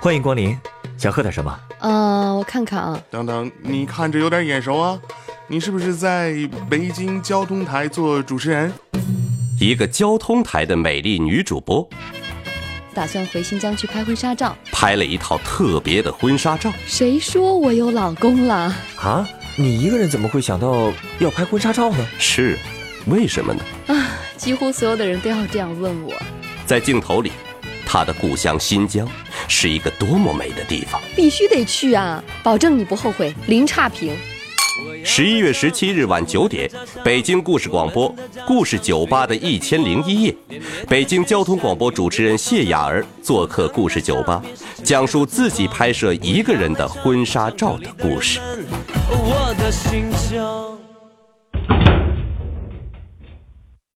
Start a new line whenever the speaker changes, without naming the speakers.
欢迎光临，想喝点什么？
呃，我看看啊，
等等，你看着有点眼熟啊，你是不是在北京交通台做主持人？
一个交通台的美丽女主播
打算回新疆去拍婚纱照。
拍了一套特别的婚纱照，
谁说我有老公了？
啊，你一个人怎么会想到要拍婚纱照呢？
是啊为什么呢？
啊几乎所有的人都要这样问我。
在镜头里，她的故乡新疆是一个多么美的地方。
必须得去啊！保证你不后悔，零差评。
十一月十七日晚九点，北京故事广播《故事酒吧的一千零一夜》，北京交通广播主持人谢雅儿做客故事酒吧，讲述自己拍摄一个人的婚纱照的故事。
我的心跳。